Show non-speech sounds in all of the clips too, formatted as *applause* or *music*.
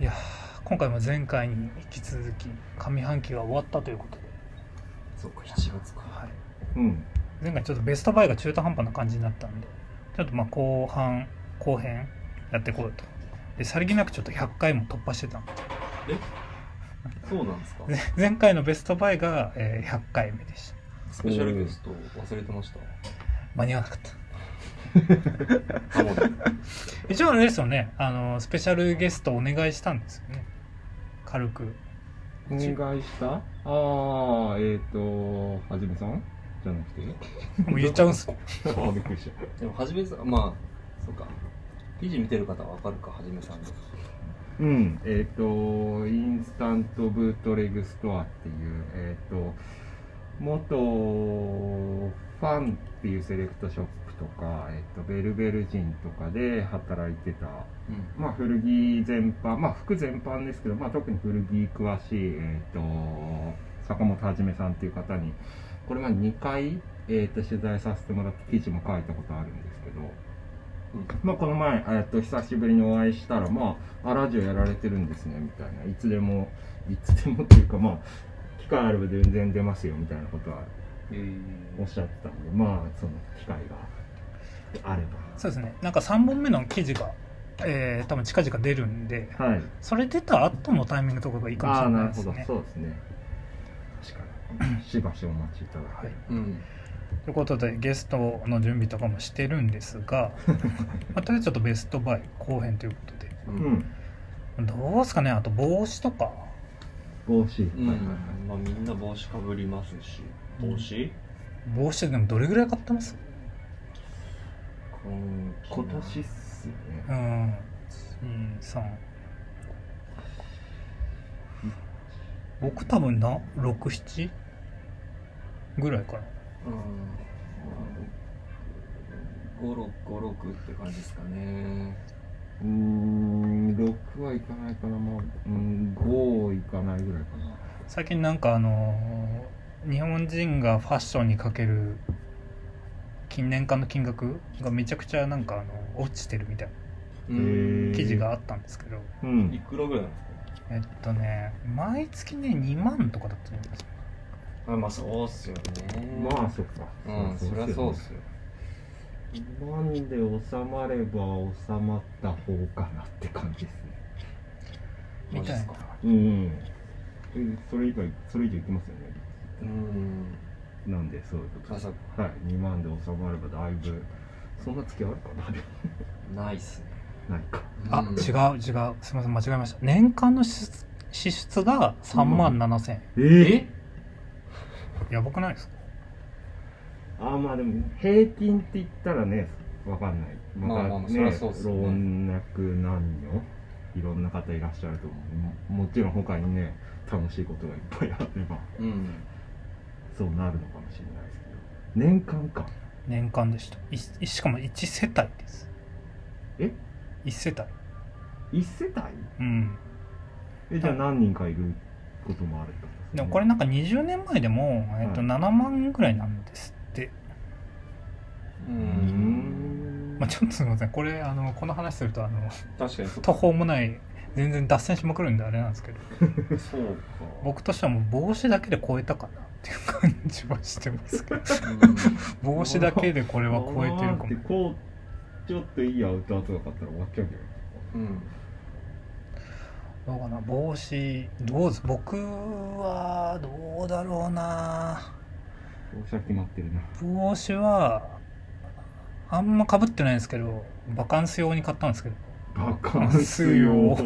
いやー今回も前回に引き続き上半期が終わったということで、そうか、1月か。はい、うん。前回ちょっとベストバイが中途半端な感じになったんでちょっとまあ後半後編やっていこうとでさりげなくちょっと100回も突破してたのそうなんですか。で前回のベストバイが、えー100回目でしたスペシャルゲスト忘れてました。間に合わなかったカモで。一応あれですよねあのスペシャルゲストお願いしたんですよね軽くお願いしたああえっ、とはじめさんじゃなくてもう言っちゃうん *laughs* すよああびっくりしでも、はじめさん、まあ、そうか。記事見てる方はわかるか、はじめさんで。た *laughs* うんえっ、とインスタントブートレグストアっていうえっ、と元ファンっていうセレクトショップとか、えっとベルベル人とかで働いてた、うん。まあ、古着全般、まあ、服全般ですけど、まあ、特に古着詳しい、えっと坂本はじめさんっていう方にこれまで2回、えー、と取材させてもらって記事も書いたことあるんですけど、まあ、この前、えっと久しぶりにお会いしたら「まあ、あラジオやられてるんですね」みたいないつでもいつでもっていうかまあ機会あれば全然出ますよみたいなことはおっしゃってたんでまあその機会があれそうですねなんか3本目の記事が、えー、多分近々出るんでばはいそれ出た後のタイミングとかがいいかもしああれーなないるですほどねそうですね確 *clears throat* かにしばしお待ちいただいて、はいうん。ということでゲストの準備とかもしてるんです *laughs* が、まあ、とりあえずちょっとベストバイ後編ということでう。うんんどうですかねあと帽子とか帽子、うん。はいはいはいまあ、みんな帽子かぶりますし。帽子帽子でもどれぐらい買ってます今今年っすよねうん23僕多分な67ぐらいかなうん。五六五六って感じですかね。うーん6はいかないかなもう、うん、5いかないぐらいかな最近なんかあのー日本人がファッションにかける近年間の金額がめちゃくちゃなんかあの落ちてるみたいうん。へなー記事があったんですけど、ういんくらぐらいなんですかえっとね毎月ね2万とかだったと思いますあまあそうっすよねまあそっかうんそりゃそうっすよ5万で収まれば収まった方かなって感じですねみたいなマジっすかうんえそれ以外それ以上いきますよねうんなんでそういうことまですさはい2万で収まればだいぶそんな月あるかなでもないっすねないかあ、うん違う違うすみません間違えました年間の支出支出が3万7000円、ええやばくないですかああまあでも平均って言ったらねわかんないままあたまあまあそりゃねそうっす老よね若男女いろんな方いらっしゃると思うももちろん他にね楽しいことがいっぱいあればうんそうなるのかもしれないですけど年間か年間でしたいいしかも1世帯ですえ1世帯1世帯うんえじゃあ何人かいることもあるってことすねでもこれなんか20年前でも、えっとはい7万ぐらいなんですって、ううーんんまあ、ちょっとすみませんこれあのこの話するとあの確かにそ途方もない全然脱線しまくるんであれなんですけどそうか僕としてはもう帽子だけで超えたかなっていう感じはしてます *laughs* けど帽子だけでこれは超えてるかもでこうちょっといいアウターとか買ったら終わっちゃうけどうん、うん、どうかな帽子どうです僕はどうだろうなおしゃ決まってるな帽子はあんまかぶってないんですけどバカンス用に買ったんですけどバカンンスス用用、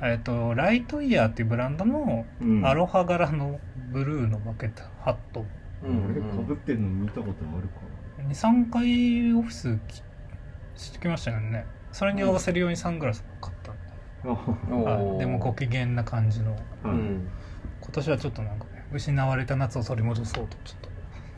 えっとライトイヤーっていうブランドのうんアロハ柄のブルーのバケットハットう俺んかぶってんの見たことあるか23回オフィスきしてきましたよねそれに合わせるようにサングラスも買ったんなあで、おーはい、でもご機嫌な感じのうはいん今年はちょっとなんかね失われた夏を取り戻そうとちょっと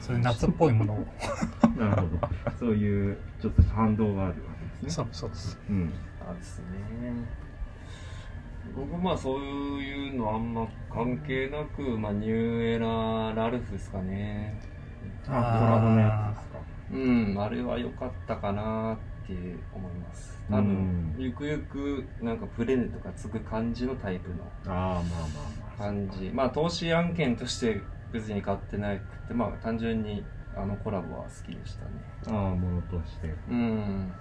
そういう夏っぽいものをなるほどそういうちょっと反動があるわけですね *laughs* そうそうですうんあれですね僕まあそういうのあんま関係なく、まあ、ニューエララルフですかねあーあコラボのやつですかうんあれは良かったかなっって思いますうん多分ゆくゆくなんかプレネとかつく感じのタイプのああまあまあまあ感じまあ投資案件として別に買ってなくてまあ単純にあのコラボは好きでしたねああものとしてうん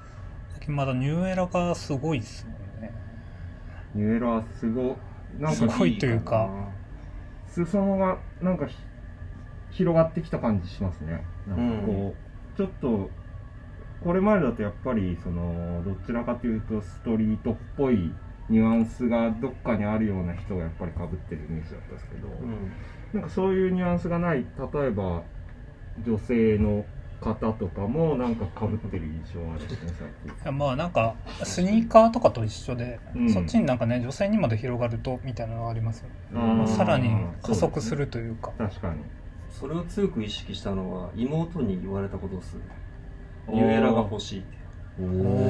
最近まだニューエラがすごいですもんねニューエラはすごなんすかごいというか裾野がなんかひ広がってきた感じしますねなんかこう、ちょっとこれまでだとやっぱりそのどちらかというとストリートっぽいニュアンスがどっかにあるような人がやっぱりかぶってるイメージだったんですけど、うんなんかそういうニュアンスがない例えば女性の方とかもなんかかぶってる印象あるんですね最近いやまあなんかスニーカーとかと一緒で、うんそっちになんかね女性にまで広がるとみたいなのがありますよね、あーまあさらに加そう速ですすねるというか確かにそれを強く意識したのは妹に言われたことですニューエラが欲しいってお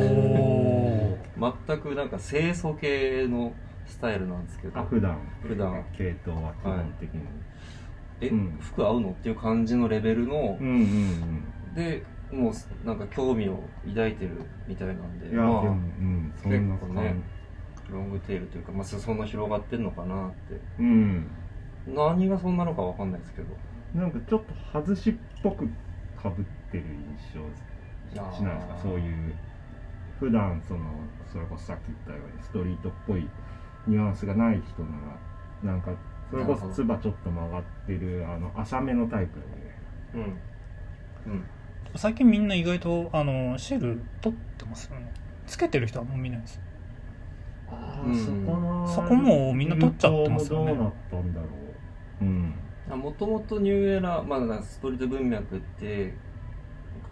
おー全くなんか清楚系のスタイルなんですけどあ普段普段系統は基本的に、え、うん服合うのっていう感じのレベルの、うんうんでもうなんか興味を抱いてるみたいなんでうんいや、までもうんそんな感結構ねあ、ロングテールというか、まあ、裾の広がってんのかなってじうん何がそんなのかわかんないですけどなんかちょっと外しっぽくかぶってる印いや象ーしないですかそういう普段そのそれこそさっき言ったようにストリートっぽいニュアンスがない人ならなんかそれこそつばちょっと曲がってるあの浅めのタイプのねうんうん最近みんな意外とあのシェル取ってますよねつけてる人はもう見ないですあーそこのそこもうみんな取っちゃってますよねどうなったんだろううんもともとニューエラー、まあ、なんかストリート文脈って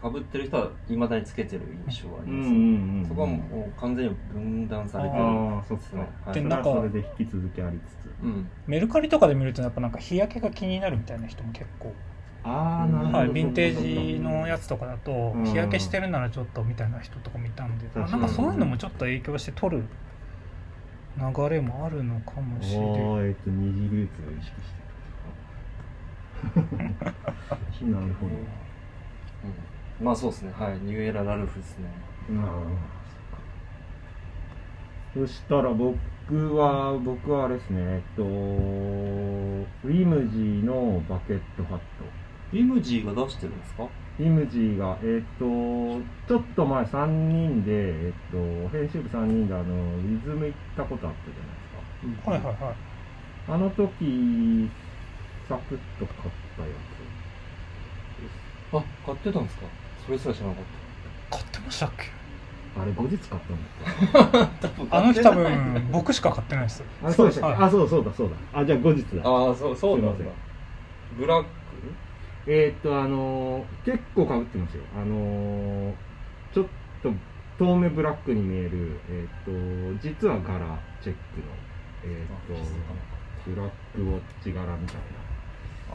かぶってる人はいまだにつけてる印象はあります、うんそこはもう完全に分断されてるああそっかはいそでれなんはかそれで引き続きありつつうんメルカリとかで見るとやっぱなんか日焼けが気になるみたいな人も結構、あーなるほどはい、ヴィンテージのやつとかだとうん日焼けしてるならちょっとみたいな人とか見たんで、まあ確なかんにかそういうのもちょっと影響して取る流れもあるのかもしれないおーえっと二次流通を意識してるなるほどうんまあそうですねはいニューエラ・ラルフですねなあそしたら僕は僕はあれですねえっとリムジーのバケットハットリムジーが出してるんですかリムジーが、えっ、と、ちょっと前3人で、えっ、と、編集部3人で、あの、リズム行ったことあったじゃないですか。はいはいはいあの時、サクッと買ったやあ買ってたんですかそれすら知らなかっ買ってましたっけつ。あれ、後日買ったんだった多分あの日多分僕しか買ってないですた。あ、そうでした。はいあ、そうそうだ、そうだ。あ、じゃあ後日だ。ああそうそうなんすいだまブラックえっ、と、あのー、結構被ってますよ。あのー、ちょっと、遠目ブラックに見える、えっ、と、実は柄チェックの、えっ、と、ブラックウォッチ柄みたいな。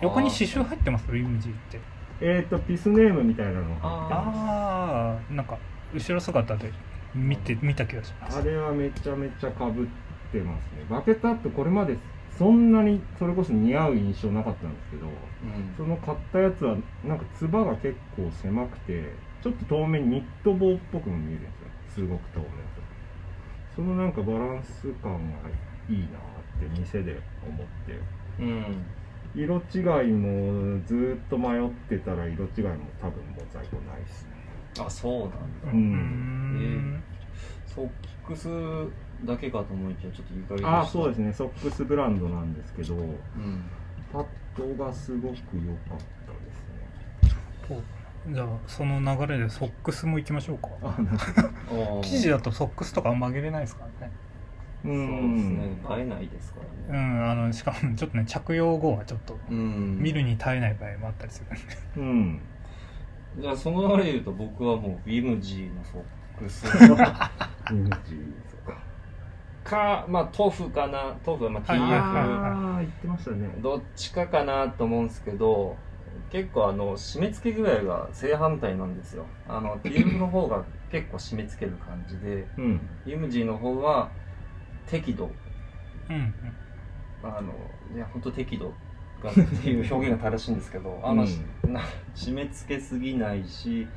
横にし刺繍入ってますリムジーってえっ、と、ピスネームみたいなのが入ってます。ああなんか後ろ姿で見て見た気がしますあれはめちゃめちゃかぶってますね。バケットアップこれまでそんなにそれこそ似合う印象なかったんですけど、うんその買ったやつはなんかつばが結構狭くて、ちょっと遠目にニット帽っぽくも見えるんですよ。すごく遠目だと。そのなんかバランス感がいいなって店で思って。うん色違いもずーっと迷ってたら色違いも多分もう在庫ないですね。あそうなんだうーんんそうキックスだけかと思いきやちょっと意外でしたああ、そうですね。ソックスブランドなんですけど、うんパッドがすごく良かったですね。そうじゃあその流れでソックスも行きましょうかあ、なんか。あー生地だとソックスとか曲げれないですからねうそうですねん。買えないですからうねんあのしかもちょっとね着用後はちょっとうん見るに耐えない場合もあったりするんで *laughs* うん。じゃあその流れで言うと僕はもうビムジーのソックス *laughs* うんそうか。かまあトフかなトフはまあはいはいは TF ああ、言ってましたね。どっちかかなと思うんですけど結構あの締め付け具合が正反対なんですよあの TF の方が結構締め付ける感じでうん。ユムジーの方は適度うんうんあのいや本当適度がっていう表現が正しいんですけどあの、うんな締め付けすぎないし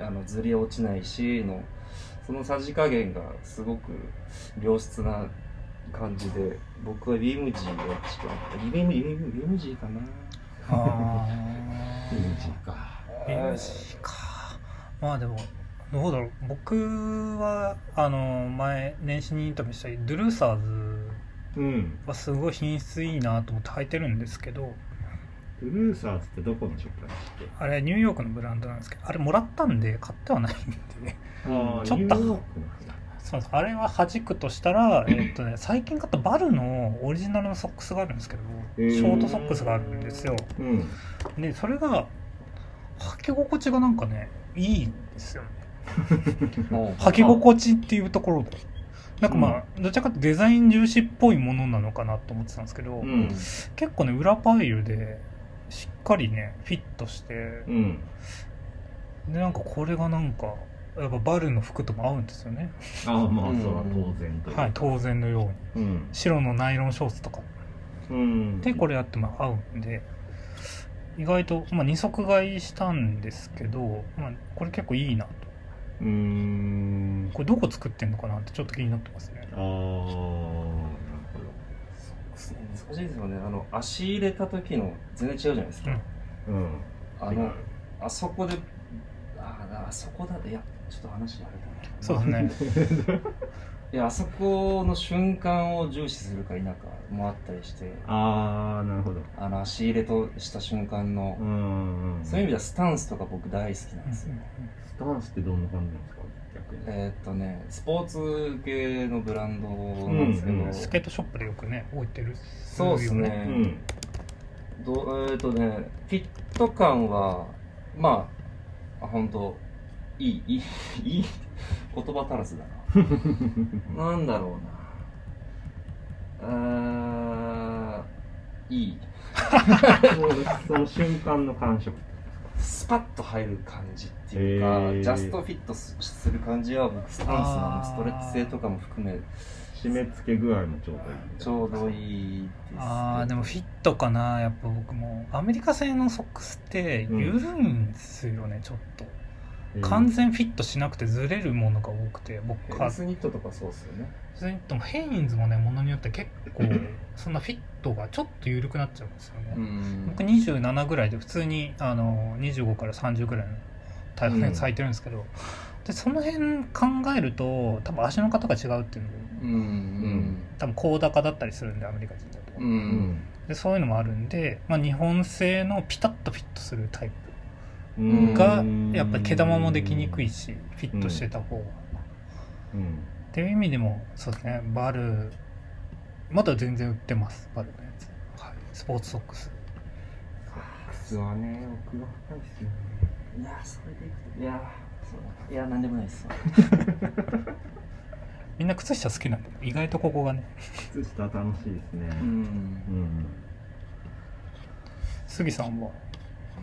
あのずり落ちないしのそのさじ加減がすごく良質な感じで僕はリムジーがちょっとあったリムリムリムジーかなあイメージか。ービームジーかまあでもどうだろう僕はあの前年始にインタビューしたドゥルーサーズうん。はすごい品質いいなと思って履いてるんですけどブルーサーズってどこのショップだっけあれニューヨークのブランドなんですけどあれもらったんで買ってはないんでね *laughs* あーちょっとニューヨークの人だそうですあれは弾くとした *laughs* ら、えっとね、最近買ったバルのオリジナルのソックスがあるんですけどえシーョートソックスがあるんですようん。でそれが履き心地がなんかねいいんですよね履き心地っていうところでなんかまあ、どちらかというとデザイン重視っぽいものなのかなと思ってたんですけど、うん。結構ね裏パイルでしっかりねフィットしてうん。でなんかこれがなんかやっぱバルの服とも合うんですよねああ、まあ、それは当然という。はい。当然のようにうん。白のナイロンショーツとかうん。でこれやっても合うんで意外と、まあ、二足買いしたんですけど、まあ、これ結構いいなとうーん。これどこ作ってんのかなってちょっと気になってますねああ、なるほ難しいですよねあの足入れた時の全然違うじゃないですか、うんど。うん。あのあそこであああそこだっていやちょっと話あれだなそうですねいやあそこの瞬間を重視するか否かもあったりして *laughs* ああ、なるほど。あの足入れとした瞬間の、うん。そういう意味でだ。はスタンスとか僕大好きなんですよ、スタンスってどんな感じなんですか逆に。えーっとねスポーツ系のブランドなんですけど、うんうんスケートショップでよくね置いてるそうですね、うん。どうえーっとねフィット感はまああ本当いい *laughs* いいいい言葉足らずだな *laughs* なんだろうな。あーいい。その瞬間の感触。スパッと入る感じっていうか、へージャストフィットすする感じは僕スタンスのあーストレッチ性とかも含め締め付け具合もちょうどいい。ちょうどいいです、ね。あーでもフィットかなやっぱ僕もアメリカ製のソックスって緩いんですよね、ちょっとえー完全フィットしなくてずれるものが多くて僕ヘはルスニットとかそうですよね。それにともヘインズもねものによって結構そんなフィットがちょっと緩くなっちゃうんですよね、ん僕。27ぐらいで普通にあの25から30ぐらいのタイプのやつ履いてるんですけど、でその辺考えると多分足の型が違うっていうのでうん。多分高高だったりするんでアメリカ人だと、うん。う。うんん。でそういうのもあるんで、まあ、日本製のピタッとフィットするタイうんプがやっぱり毛玉もできにくい。しフィットしてた方が、うん。っていう意味でもそうですねバルまだ全然売ってますバルのやつ、はい、スポーツソックス靴はね、奥が深いですよね。いや、それでいくと。いや、そうだいや、なんでもない *laughs* です。みんな靴下好きなんで意外とここがね靴下楽しいですね。うんう。ん。杉さんは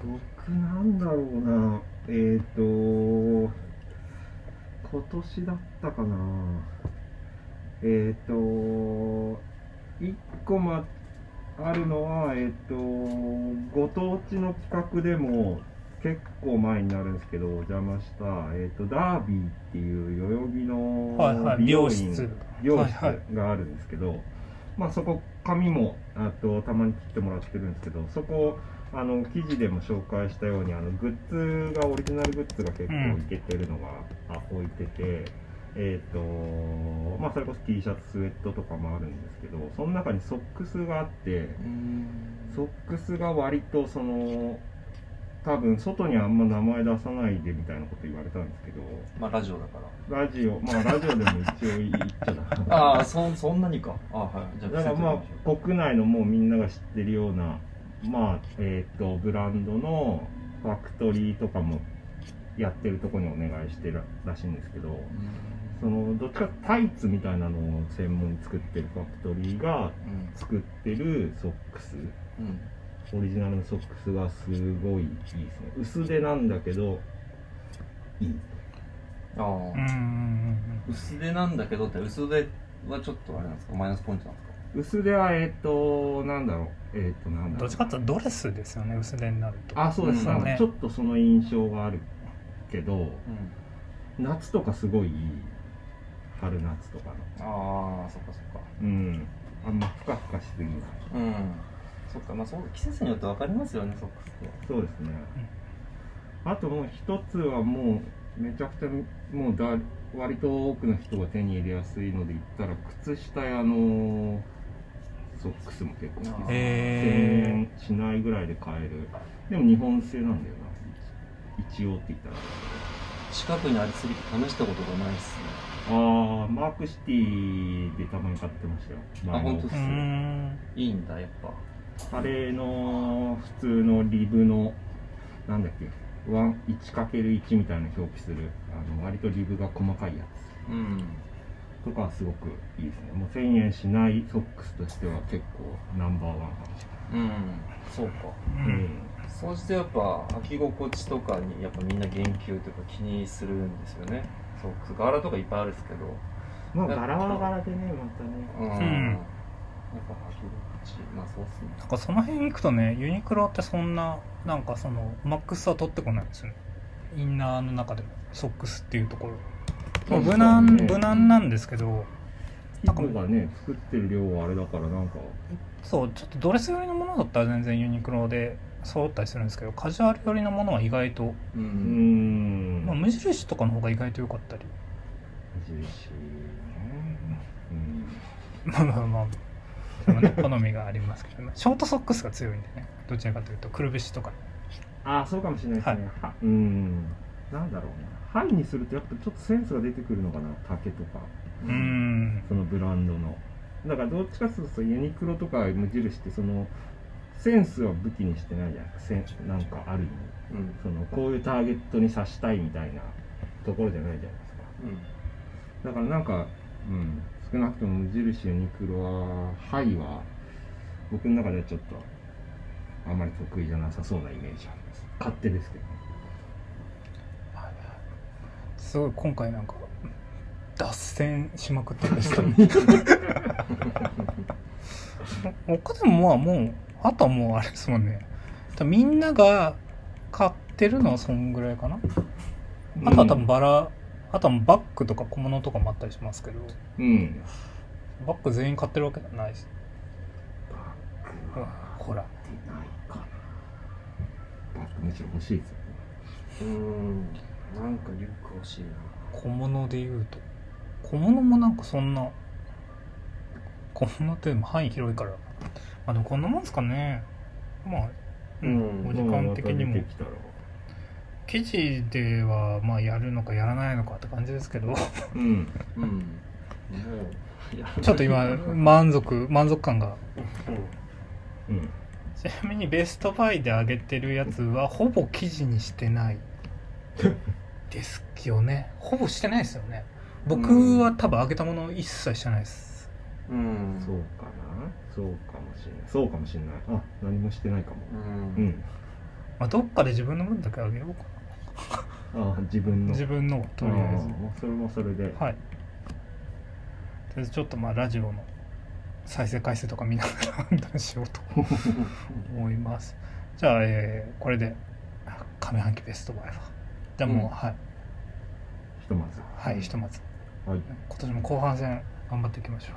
僕なんだろうなえっ、ー、と今年だったかなえっ、と1個まあるのはえっ、とご当地の企画でも結構前になるんですけどお邪魔した、えっとダービーっていう代々木のはいはい美容室料室はいはがあるんですけど、まあそこ髪もあとたまに切ってもらってるんですけどそこあの記事でも紹介したようにあのグッズがオリジナルグッズが結構いけてるのが、あ置いてて。えーとまあ、それこそ T シャツスウェットとかもあるんですけどその中にソックスがあってうんソックスが割とその多分外にあんま名前出さないでみたいなこと言われたんですけどまあ、ラジオだから。ラジオまあラジオでも一応言っちゃダメああ、そそんなにか。あはい。じゃあ、だからまあ国内のもうみんなが知ってるようなまあえっ、とブランドのファクトリーとかもやってるとこにお願いしてるらしいんですけどそのどっちかっていうとタイツみたいなのを専門に作ってるファクトリーがうん。作ってるソックスうん。オリジナルのソックスがすごいいいですね薄手なんだけどいいあうーあ、ん薄手なんだけどって薄手はちょっとあれなんですかマイナスポイントなんですか薄手はえっ、となんだろうえっ、となんだろどうっちかっていうとドレスですよね薄手になるとあそうです、うんなんかちょっとその印象があるけどうん夏とかすごいいい春夏とかのああそっかそっかうんあんまふかふかしすぎないうんそっかまあそう季節によって分かりますよねソックスってそうですね、あともう一つはもうめちゃくちゃもうだ割と多くの人が手に入れやすいので言ったら靴下やあのソックスも結構好きあーです1000え円しないぐらいで買えるでも日本製なんだよな一応って言ったら近くにありすぎて試したことがないっすねああマークシティでたまに買ってましたよあ本ー、当でうすーんいいんだやっぱあれの普通のリブのなんだっけ 1×1 みたいな表記するあの割とリブが細かいやうんつとかはすごくいいですねもう1000円しないソックスとしては結構ナンバーワンかもしうんそうかうれない、んそうしてやっぱ履き心地とかにやっぱみんな言及というか気にするんですよねソックス柄とかいっぱいあるんですけどまあ柄は柄でねまたねうんやっぱん履き心地まあそうっすねなんかその辺行くとねユニクロってそんななんかそのマックスは取ってこないんですよねインナーの中でもソックスっていうところまあ無難、無難なんですけどなんかがね作ってる量はあれだからなんかそうちょっとドレス寄りのものだったら全然ユニクロで揃ったりするんですけどカジュアル寄りのものは意外と、ううーんんまあ、無印とかの方が意外と良かったり *laughs* ジューシーねうんまあまあまあでも *laughs* ね好みがありますけどねショートソックスが強いんでねどちらかというとくるぶしとかああそうかもしれないですね、はうんなんだろうなハイにするとやっぱちょっとセンスが出てくるのかな竹とかうーんそのブランドのだからどっちかというとユニクロとか無印ってそのセンスは武器にしてないじゃんセンなんかある意味うんそのこういうターゲットに刺したいみたいなところじゃないじゃないですかうんだからなんか、うん、少なくとも無印ユニクロはハイは僕の中ではちょっとあんまり得意じゃなさそうなイメージあります勝手ですけどねすごい今回なんか脱線しまくってま *laughs* したね他でもまあもうあとはもうあれですもんねみんなが買ってるのはそんぐらいかなあとは多分バラ、あとはバッグとか小物とかもあったりしますけどうんバッグ全員買ってるわけじゃないしバッグほはほら出ないかなバッグむしろ欲しいですよねうんなんかリュック欲しいな小物で言うと小物もなんかそんな小物ってでも範囲広いからあでもこんなもんですかねまあうんお時間的にまあもまた出てきたら記事ではまあやるのかやらないのかって感じですけどうんうんもういやちょっと今満足満足感がうんちなみにベストバイで上げてるやつはほぼ記事にしてないですよねほぼしてないですよね僕は多分上げたもの一切してないですうんそうかなそうかもしれないそうかもしれないあ何もしてないかもうんうんまあ、どっかで自分の分だけあげようかあ自分なの自分のとりあえずあーそれもそれではいとりあえずちょっとまあラジオの再生回数とか見ながら判断しようと思いますじゃあ、えーこれで上半期ベストバイはじゃあもう、うんはいひとまずはういんひとまずはい今年も後半戦頑張っていきましょう